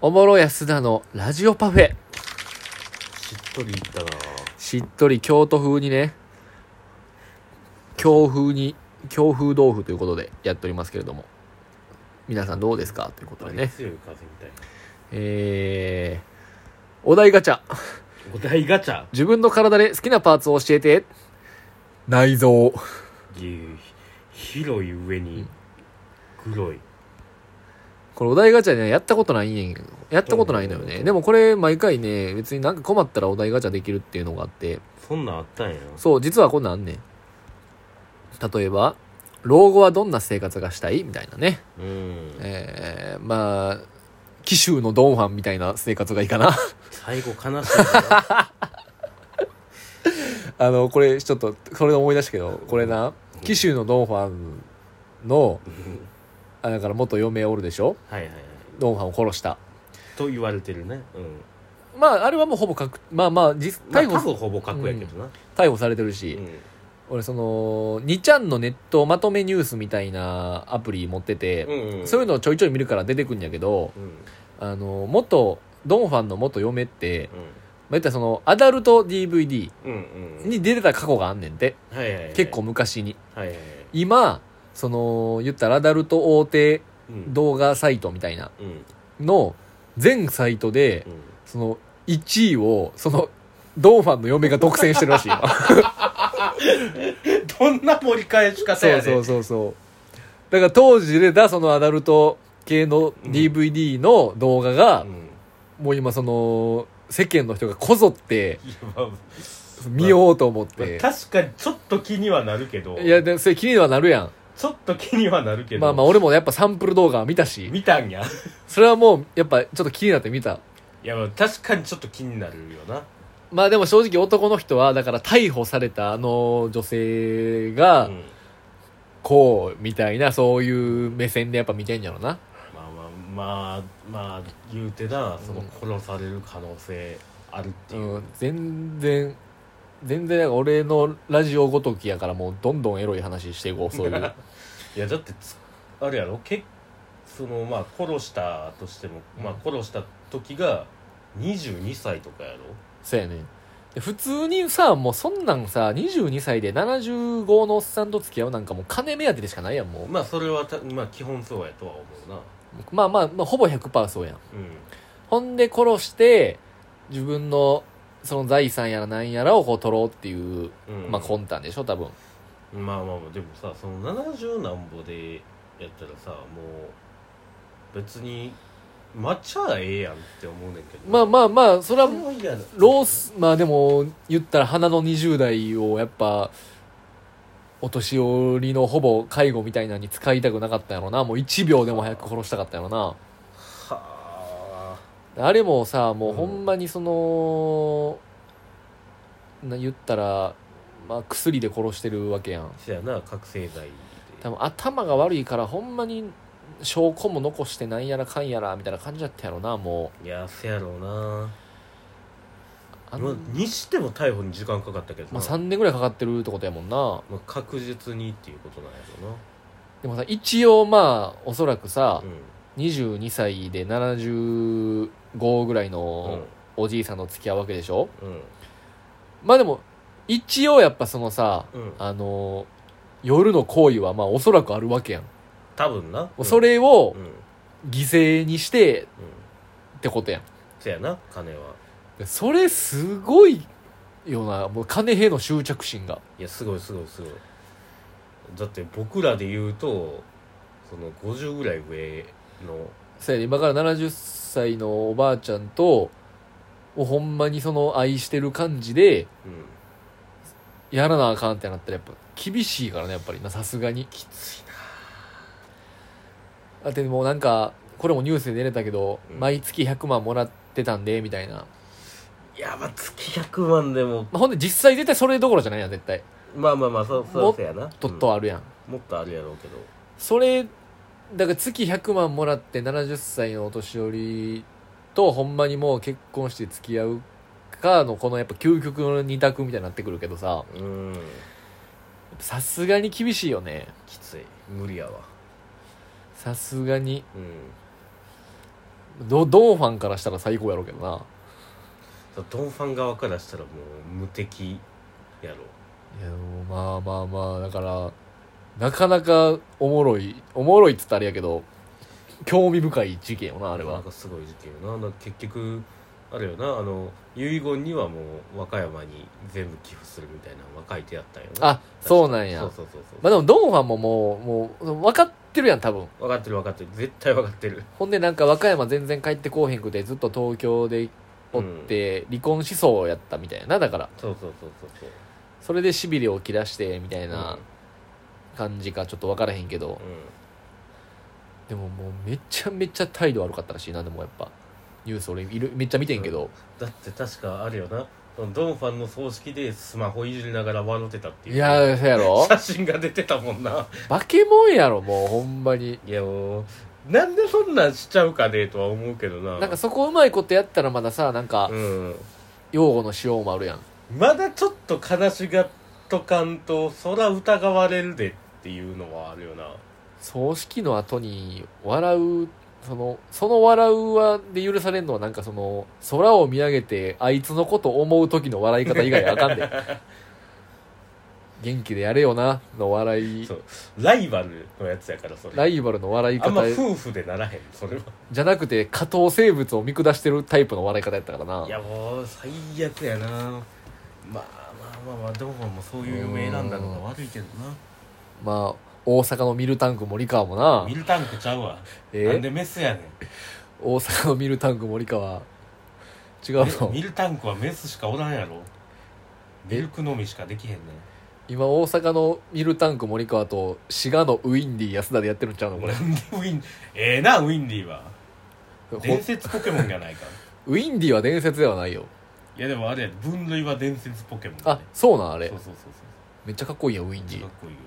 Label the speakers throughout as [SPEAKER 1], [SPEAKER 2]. [SPEAKER 1] おもろ安田のラジオパフェ
[SPEAKER 2] しっとりいったな
[SPEAKER 1] しっとり京都風にね京風に京風豆腐ということでやっておりますけれども皆さんどうですかということでね
[SPEAKER 2] 強い風みたいな
[SPEAKER 1] えー、お題ガチャ
[SPEAKER 2] お題ガチャ
[SPEAKER 1] 自分の体で好きなパーツを教えて内臓
[SPEAKER 2] ぎゅ広い上に黒い
[SPEAKER 1] これお題ガチャねやったことないんやけどやったことないのよねでもこれ毎回ね別になんか困ったらお題ガチャできるっていうのがあって
[SPEAKER 2] そんなんあったんや
[SPEAKER 1] そう、実はこんなんあんねん。例えば、老後はどんな生活がしたいみたいなね。
[SPEAKER 2] うん
[SPEAKER 1] えー、まあ、紀州のドンファンみたいな生活がいいかな。
[SPEAKER 2] 最後悲しいな
[SPEAKER 1] あの、これ、ちょっと、これで思い出したけど、これな、紀州のドンファンの、あだから元嫁おるでしょ
[SPEAKER 2] はいはいはい
[SPEAKER 1] ドンファンを殺した。
[SPEAKER 2] と言われてるねうん
[SPEAKER 1] まあ、あれはもうほぼ確、まあまあ、実
[SPEAKER 2] まあ
[SPEAKER 1] 逮
[SPEAKER 2] 多
[SPEAKER 1] 捕、
[SPEAKER 2] 分ほぼ角やけどな
[SPEAKER 1] 逮捕されてるし、
[SPEAKER 2] うん
[SPEAKER 1] 俺その、2ちゃんのネットまとめニュースみたいなアプリ持ってて、
[SPEAKER 2] うんうん
[SPEAKER 1] そういうのをちょいちょい見るから出てくんやけど、
[SPEAKER 2] うん
[SPEAKER 1] あの元ドンファンの元嫁って、
[SPEAKER 2] うん
[SPEAKER 1] まあ、言ったらそのアダルト DVD
[SPEAKER 2] うんうん
[SPEAKER 1] に出てた過去があんねんて、
[SPEAKER 2] はいはいはい
[SPEAKER 1] 結構昔に
[SPEAKER 2] はいはいはい
[SPEAKER 1] 今その言ったらアダルト大手
[SPEAKER 2] うん
[SPEAKER 1] 動画サイトみたいな
[SPEAKER 2] うんうん
[SPEAKER 1] の全サイトでその1位をそのドンファンの嫁が独占してるらし いよ
[SPEAKER 2] どんな盛り返し方
[SPEAKER 1] そう
[SPEAKER 2] やね
[SPEAKER 1] そうそうそうだから当時出たそのアダルト系の DVD の動画が、
[SPEAKER 2] うん
[SPEAKER 1] もう今その世間の人がこぞって
[SPEAKER 2] いやまあま
[SPEAKER 1] 見ようと思っ
[SPEAKER 2] あ
[SPEAKER 1] て、
[SPEAKER 2] 確かにちょっと気にはなるけど
[SPEAKER 1] いや、でそれ気にはなるやん。
[SPEAKER 2] ちょっと気にはなるけど
[SPEAKER 1] まあまあ、俺もやっぱサンプル動画見たし、
[SPEAKER 2] 見たんや
[SPEAKER 1] それはもう、やっぱちょっと気になって見た。
[SPEAKER 2] いやまあ確かにちょっと気になるよな
[SPEAKER 1] まあでも正直男の人は、だから逮捕されたあの女性が
[SPEAKER 2] う、ん
[SPEAKER 1] こう、みたいな、そういう目線でやっぱ見てんやろな。
[SPEAKER 2] まあまあまあまあ言うてなその殺される可能性あるって
[SPEAKER 1] う
[SPEAKER 2] いう、
[SPEAKER 1] ん、全然、全然、俺のラジオごときやからもうどんどんエロい話していこう、そう いう。
[SPEAKER 2] いやだってつあれやろけそのまあ殺したとしても、まあ殺した時が22歳とかやろ
[SPEAKER 1] そうやねで普通にさ、もうそんなんさ、22歳で75のおっさんと付き合うなんかもう金目当てでしかないやん、もう。
[SPEAKER 2] まあそれはたまあ基本そうやとは思うな
[SPEAKER 1] まあまあ、まあ、ほぼ100%そうやん。
[SPEAKER 2] う
[SPEAKER 1] ほんで殺して、自分の、その財産やらなんやらをこう取ろうっていう、
[SPEAKER 2] ん、うん、
[SPEAKER 1] まあ魂胆でしょ、多分。
[SPEAKER 2] まあまあまあでもさその70何歩でやったらさもう別に待ちゃええやんって思うねんけど
[SPEAKER 1] まあまあまあ、それは
[SPEAKER 2] そ、れは嫌だ
[SPEAKER 1] ロース、まあでも、言ったら花の20代をやっぱ、お年寄りのほぼ介護みたいなのに使いたくなかったんやろな。もう1秒でも早く殺したかったんやろ
[SPEAKER 2] はあ
[SPEAKER 1] な。あれもさ、もう
[SPEAKER 2] うん
[SPEAKER 1] ほんまにその、な言ったら、まあ薬で殺してるわけやん。
[SPEAKER 2] そやな覚醒剤で
[SPEAKER 1] 多分頭が悪いからほんまに証拠も残してなんやらかんやらみたいな感じだったやろなもう
[SPEAKER 2] いやせやろうな
[SPEAKER 1] あ
[SPEAKER 2] まあ
[SPEAKER 1] の、
[SPEAKER 2] にしても逮捕に時間かかったけどな
[SPEAKER 1] まあ、3年ぐらいかかってるってことやもんな
[SPEAKER 2] まあ確実にっていうことなんやろ
[SPEAKER 1] でもさ一応まあおそらくさ
[SPEAKER 2] な、うん
[SPEAKER 1] 22歳で75ぐらいのおじいさんと付き合うわけでしょ
[SPEAKER 2] うん
[SPEAKER 1] まあでも一応やっぱそのさ
[SPEAKER 2] うん、うん、
[SPEAKER 1] あの夜の行為はまあおそらくあるわけやん、も
[SPEAKER 2] 多分な
[SPEAKER 1] うそ
[SPEAKER 2] れ
[SPEAKER 1] れ
[SPEAKER 2] う
[SPEAKER 1] を
[SPEAKER 2] ん、うんうん、
[SPEAKER 1] 犠牲にしてってことやん
[SPEAKER 2] せやな金は
[SPEAKER 1] それすごいよなもう金への執着心が
[SPEAKER 2] いやすごいすごいすごいだって僕らで言うとその50ぐらい上の
[SPEAKER 1] そうやね今から70歳のおばあちゃんとをほんまにその愛してる感じで
[SPEAKER 2] うん
[SPEAKER 1] やらなあかんってなったらやっぱ厳しいからねやっぱりなさすがに
[SPEAKER 2] きつい
[SPEAKER 1] だってもうなんかこれもニュースで出れたけど、
[SPEAKER 2] うん
[SPEAKER 1] 毎月100万もらってたんでみたいな、ま
[SPEAKER 2] ないやまあ月100万でも
[SPEAKER 1] あ、ほんで実際絶対それどころじゃないやん絶対
[SPEAKER 2] まあまあまあそうそうせやな
[SPEAKER 1] とっとあるやん、
[SPEAKER 2] うんもっとあるやろうけど
[SPEAKER 1] それだから月100万もらって70歳のお年寄りとほんまにもう結婚して付き合うかのこのやっぱ究極の二択みたいになってくるけどさ
[SPEAKER 2] うん
[SPEAKER 1] さすがに厳しいよね
[SPEAKER 2] きつい無理やわ
[SPEAKER 1] さすがに
[SPEAKER 2] うん
[SPEAKER 1] ドドンファンからしたら最高やろうけどな
[SPEAKER 2] ドンファン側からしたらもう無敵やろ
[SPEAKER 1] いやでもまあまあまあだからなかなかおもろいおもろいっつったらあれやけど興味深い事件よなあれ
[SPEAKER 2] な
[SPEAKER 1] は
[SPEAKER 2] んかすごい事件よななんか結局あれよなあの遺言にはもう和歌山に全部寄付するみたいなのは書いてあったんよな
[SPEAKER 1] あそうなんや
[SPEAKER 2] そうそうそうそう、
[SPEAKER 1] まあでもドンファンももうもう分かってるやん多分
[SPEAKER 2] 分かってる分かってる絶対分かってる
[SPEAKER 1] ほんでなんか和歌山全然帰ってこうへんくてずっと東京でおって離婚しそうやったみたいやなだから
[SPEAKER 2] そうそうそうそうそう
[SPEAKER 1] それでしびれを切らしてみたい
[SPEAKER 2] うん
[SPEAKER 1] な感じかちょっと分からへんけど
[SPEAKER 2] うん
[SPEAKER 1] でももうめちゃめちゃ態度悪かったらしいなでもやっぱニュース俺いるめっちゃ見てんけど、
[SPEAKER 2] だって確かあるよなそのドンファンの葬式でスマホいじりながら笑ってたっていう
[SPEAKER 1] いやーそうやろ
[SPEAKER 2] 写真が出てたもんな
[SPEAKER 1] 化け物やろもうほんまに
[SPEAKER 2] いやもうなんでそんなんしちゃうかねとは思うけどな
[SPEAKER 1] なんかそこうまいことやったらまださなんか
[SPEAKER 2] うん
[SPEAKER 1] 擁護のしようもあるやん
[SPEAKER 2] まだちょっと悲しがっとかんとそら疑われるでっていうのはあるよな
[SPEAKER 1] 葬式の後に笑うそのその笑うはで許されるのはなんかその空を見上げてあいつのこと思う時の笑い方以外あかんで 元気でやれよなの笑い
[SPEAKER 2] そうライバルのやつやからそれ
[SPEAKER 1] ライバルの笑い
[SPEAKER 2] あ
[SPEAKER 1] 方
[SPEAKER 2] んま夫婦でならへんそれは
[SPEAKER 1] じゃなくて下等生物を見下してるタイプの笑い方やったからない
[SPEAKER 2] やもう最悪やなまあまあまあまあドンファンもそういう夢選んだのが悪いけど
[SPEAKER 1] まあ大阪のミルタンク森川もな
[SPEAKER 2] なミルタンクちゃうわなん
[SPEAKER 1] え
[SPEAKER 2] でメスやねん
[SPEAKER 1] 大阪のミルタンク森川違うの
[SPEAKER 2] ミルタンクはメスしかおらんやろミルク飲みしかできへんね
[SPEAKER 1] 今大阪のミルタンク森川と滋賀のウィンディ安田でやってるんちゃうの
[SPEAKER 2] ん
[SPEAKER 1] こ
[SPEAKER 2] な
[SPEAKER 1] れ
[SPEAKER 2] んでウィンええなウィンディは
[SPEAKER 1] ほ
[SPEAKER 2] 伝説ポケモンやないか
[SPEAKER 1] ウィンディは伝説ではないよ
[SPEAKER 2] いやでもあれや分類は伝説ポケモンや
[SPEAKER 1] あ
[SPEAKER 2] ね
[SPEAKER 1] そうなんあ
[SPEAKER 2] そう
[SPEAKER 1] れ
[SPEAKER 2] そうそうそ
[SPEAKER 1] めっちゃかっこいいやんウィン
[SPEAKER 2] う
[SPEAKER 1] デ
[SPEAKER 2] めっち
[SPEAKER 1] ィ
[SPEAKER 2] ゃかっこいいよ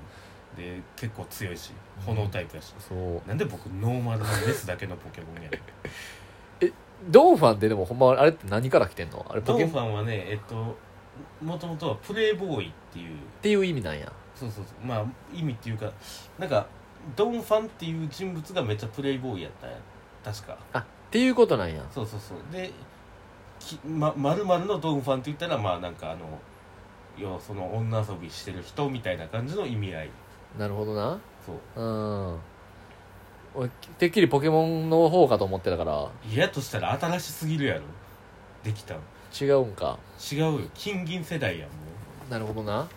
[SPEAKER 2] で結構強いし炎タイプやし、
[SPEAKER 1] そう
[SPEAKER 2] なんで僕ノーマルのメスだけのポケモンやねん
[SPEAKER 1] ドンファンってでもほんまあれって何から来てんのあれポ
[SPEAKER 2] ド
[SPEAKER 1] ケ
[SPEAKER 2] ン
[SPEAKER 1] モンっ
[SPEAKER 2] ファンはねえっともともとはプレイボーイっていう
[SPEAKER 1] ていう意味なんや
[SPEAKER 2] そうそうそうまあ意味っていうかなんかドン・ファンっていう人物がめっちゃプレイボーイやったんや確か
[SPEAKER 1] あっていうことなんや
[SPEAKER 2] そうそうそうでき、ま、丸々のドン・ファンって言ったらまあなんかあの要はその女遊びしてる人みたいな感じの意味合い
[SPEAKER 1] なるほどな
[SPEAKER 2] そう
[SPEAKER 1] うん俺てっきりポケモンの方かと思ってたから
[SPEAKER 2] 嫌としたら新しすぎるやろできたん
[SPEAKER 1] 違うんか
[SPEAKER 2] 違うよ金銀世代やんも
[SPEAKER 1] なるほどな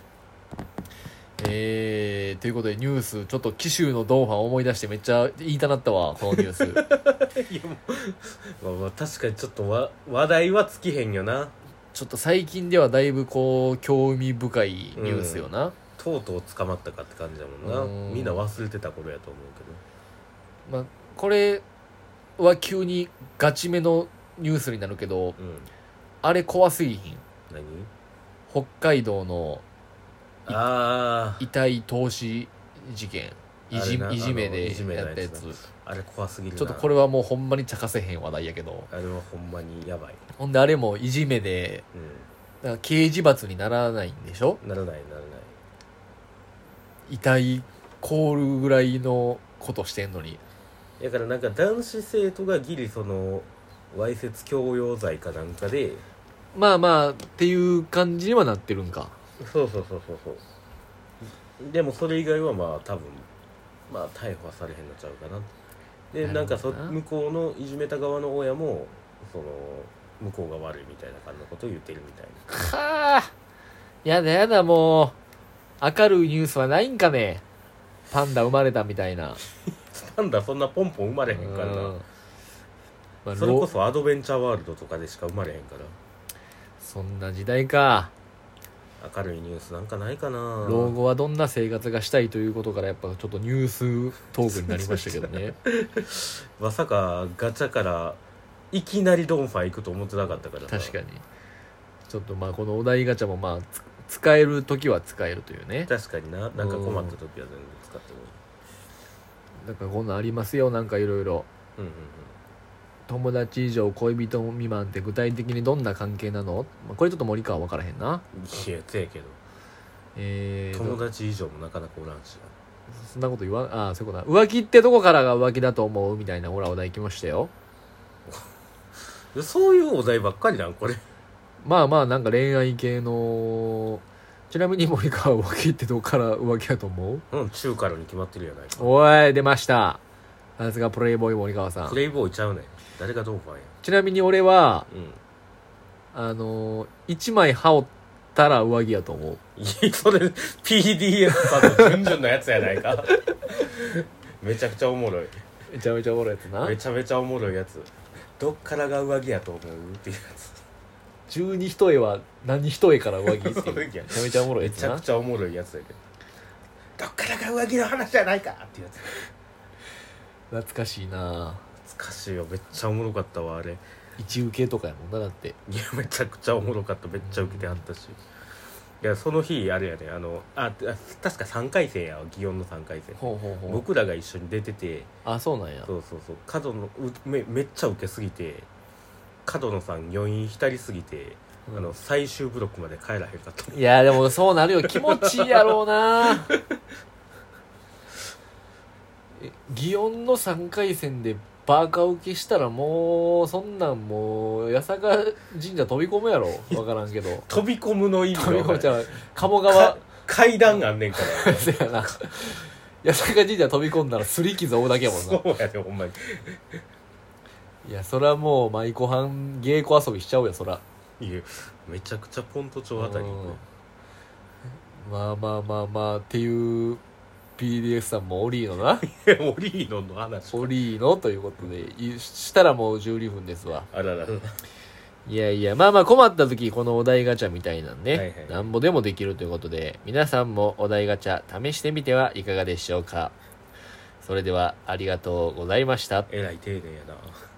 [SPEAKER 1] えー、ということでニュースちょっと紀州のドンファン思い出してめっちゃ言いたなったわこのニュース
[SPEAKER 2] う いやもう、まあ、まあ確かにちょっとわ話題は尽きへんよな
[SPEAKER 1] ちょっと最近ではだいぶこう興味深いニュースよな、
[SPEAKER 2] とうとう捕まったかって感じだもん
[SPEAKER 1] う
[SPEAKER 2] なんみんな忘れてた頃やと思うけど
[SPEAKER 1] まあ、これは急にガチめのニュースになるけど
[SPEAKER 2] うん
[SPEAKER 1] あれ怖すぎひん
[SPEAKER 2] 何
[SPEAKER 1] 北海道の
[SPEAKER 2] あ
[SPEAKER 1] 遺体投資事件いじ
[SPEAKER 2] あれない
[SPEAKER 1] じめで
[SPEAKER 2] あのいじめの
[SPEAKER 1] やったや
[SPEAKER 2] やつ
[SPEAKER 1] つ
[SPEAKER 2] なああれ怖すぎるな
[SPEAKER 1] ちょっとこれはもうほんまに茶化せへん話題やけど
[SPEAKER 2] あれはほんまにやばい、
[SPEAKER 1] ほんであれもいじめで
[SPEAKER 2] う
[SPEAKER 1] だから刑事罰にならないんでしょ
[SPEAKER 2] ん、ならないならない
[SPEAKER 1] 遺体凍るぐらいのことしてんのに
[SPEAKER 2] だからなんか男子生徒がギリそのわいせつ強要罪かなんかで
[SPEAKER 1] まあまあっていう感じにはなってるんか
[SPEAKER 2] そうそうそうそうそうでもそれ以外はまあ多分まあ逮捕はされへんのちゃうかなで
[SPEAKER 1] な
[SPEAKER 2] な
[SPEAKER 1] る
[SPEAKER 2] ん
[SPEAKER 1] ほ
[SPEAKER 2] か
[SPEAKER 1] どな
[SPEAKER 2] そ向こうのいじめた側の親もその向こうが悪いみたいな感じのことを言ってるみたいな
[SPEAKER 1] はあやだやだもう明るいニュースはないんかねパンダ生まれたみたいな
[SPEAKER 2] なんだそんなポンポン生まれへんからな
[SPEAKER 1] うんまあ
[SPEAKER 2] それこ
[SPEAKER 1] ろ
[SPEAKER 2] そアドベンチャーワールドとかでしか生まれへんから
[SPEAKER 1] そんな時代か
[SPEAKER 2] 明るいニュースなんかないかな
[SPEAKER 1] 老後はどんな生活がしたいということからやっぱちょっとニューストークになりましたけど ね
[SPEAKER 2] まさかガチャからいきなりドンファン行くと思ってなかったからさ
[SPEAKER 1] 確かにちょっとまあこのお題ガチャもまあつ使える時は使えるというね
[SPEAKER 2] 確かにななんか困った時は全然使ってもいい
[SPEAKER 1] なんかこんなんありますよなんかいろいろ
[SPEAKER 2] うんうん
[SPEAKER 1] 友達以上恋人未満って具体的にどんな関係なの、まあ、これちょっと森川分からへんな
[SPEAKER 2] うんいやせやけど
[SPEAKER 1] えーと、
[SPEAKER 2] 友達以上もなかなかおらんし
[SPEAKER 1] そんなこと言わんああそういうことだ浮気ってどこからが浮気だと思うみたいなほらお題来ましたよ
[SPEAKER 2] でそういうお題ばっかりなんこれ
[SPEAKER 1] まあまあなんか恋愛系のちなみに森川は浮気ってどこから浮気やと思う
[SPEAKER 2] うん中からに決まってるやないか
[SPEAKER 1] おい出ましたさすがプレイボーイ森川さ
[SPEAKER 2] プ
[SPEAKER 1] ん
[SPEAKER 2] レイボーイちゃうねん誰がどうファンや
[SPEAKER 1] ちなみに俺は
[SPEAKER 2] うん
[SPEAKER 1] あの1枚羽織ったら上着やと思う
[SPEAKER 2] い やそれ PDF さんの順々のやつやないかめちゃくちゃおもろい
[SPEAKER 1] めちゃめちゃおもろいやつな
[SPEAKER 2] めちゃめちゃおもろいやつどっからが上着やと思うっていうやつ
[SPEAKER 1] 十二一重は何一重から上着って
[SPEAKER 2] そ
[SPEAKER 1] いう
[SPEAKER 2] う
[SPEAKER 1] め
[SPEAKER 2] い
[SPEAKER 1] ちゃ
[SPEAKER 2] うや
[SPEAKER 1] めちゃおもろい
[SPEAKER 2] め
[SPEAKER 1] やつ
[SPEAKER 2] ちゃ
[SPEAKER 1] な
[SPEAKER 2] くちゃおもろいやつやけどどっからが上着の話じゃないかっていうやつ
[SPEAKER 1] 懐かしいな
[SPEAKER 2] 懐かしいよめっちゃおもろかったわあれい
[SPEAKER 1] 一受けとかやもんなだって
[SPEAKER 2] やめちゃくちゃおもろかっためっちゃ受けてはったしいやその日あれやねあのああ確か3回戦やわ祇園の3回戦
[SPEAKER 1] ほうほうほ
[SPEAKER 2] 僕らが一緒に出てて
[SPEAKER 1] あそうなんや
[SPEAKER 2] そうそうそう角野うめめっちゃ受けすぎて角野さん余韻浸りすぎて、
[SPEAKER 1] うん
[SPEAKER 2] あの最終ブロックまで帰らへんかった
[SPEAKER 1] いやでもそうなるよ気持ちいいやろうな え祇園の3回戦でバカ受けしたらもうそんなんもう八坂神社飛び込むやろ分からんけ ど
[SPEAKER 2] 飛び込むの意味
[SPEAKER 1] 飛
[SPEAKER 2] が
[SPEAKER 1] び
[SPEAKER 2] わ
[SPEAKER 1] 込
[SPEAKER 2] から
[SPEAKER 1] む
[SPEAKER 2] ん
[SPEAKER 1] ちゃう鴨
[SPEAKER 2] か
[SPEAKER 1] 川
[SPEAKER 2] 階段あんねんから
[SPEAKER 1] せやな 八坂神社飛び込んだらすり傷負うだけやもんな
[SPEAKER 2] そうやでほんまに
[SPEAKER 1] いやそらもう舞妓はん芸妓遊びしちゃうよそら
[SPEAKER 2] いやめちゃくちゃポント町あたり
[SPEAKER 1] うんまあまあまあまあっていう PDS さんもおりーのな
[SPEAKER 2] オリーノの話
[SPEAKER 1] おりーのということでいしたらもう12分ですわ
[SPEAKER 2] あららら
[SPEAKER 1] いやいやまあまあ困った時このお題ガチャみたいなんで、
[SPEAKER 2] はいはい
[SPEAKER 1] なんぼでもできるということで皆さんもお題ガチャ試してみてはいかがでしょうかそれではありがとうございました
[SPEAKER 2] えらい丁寧やな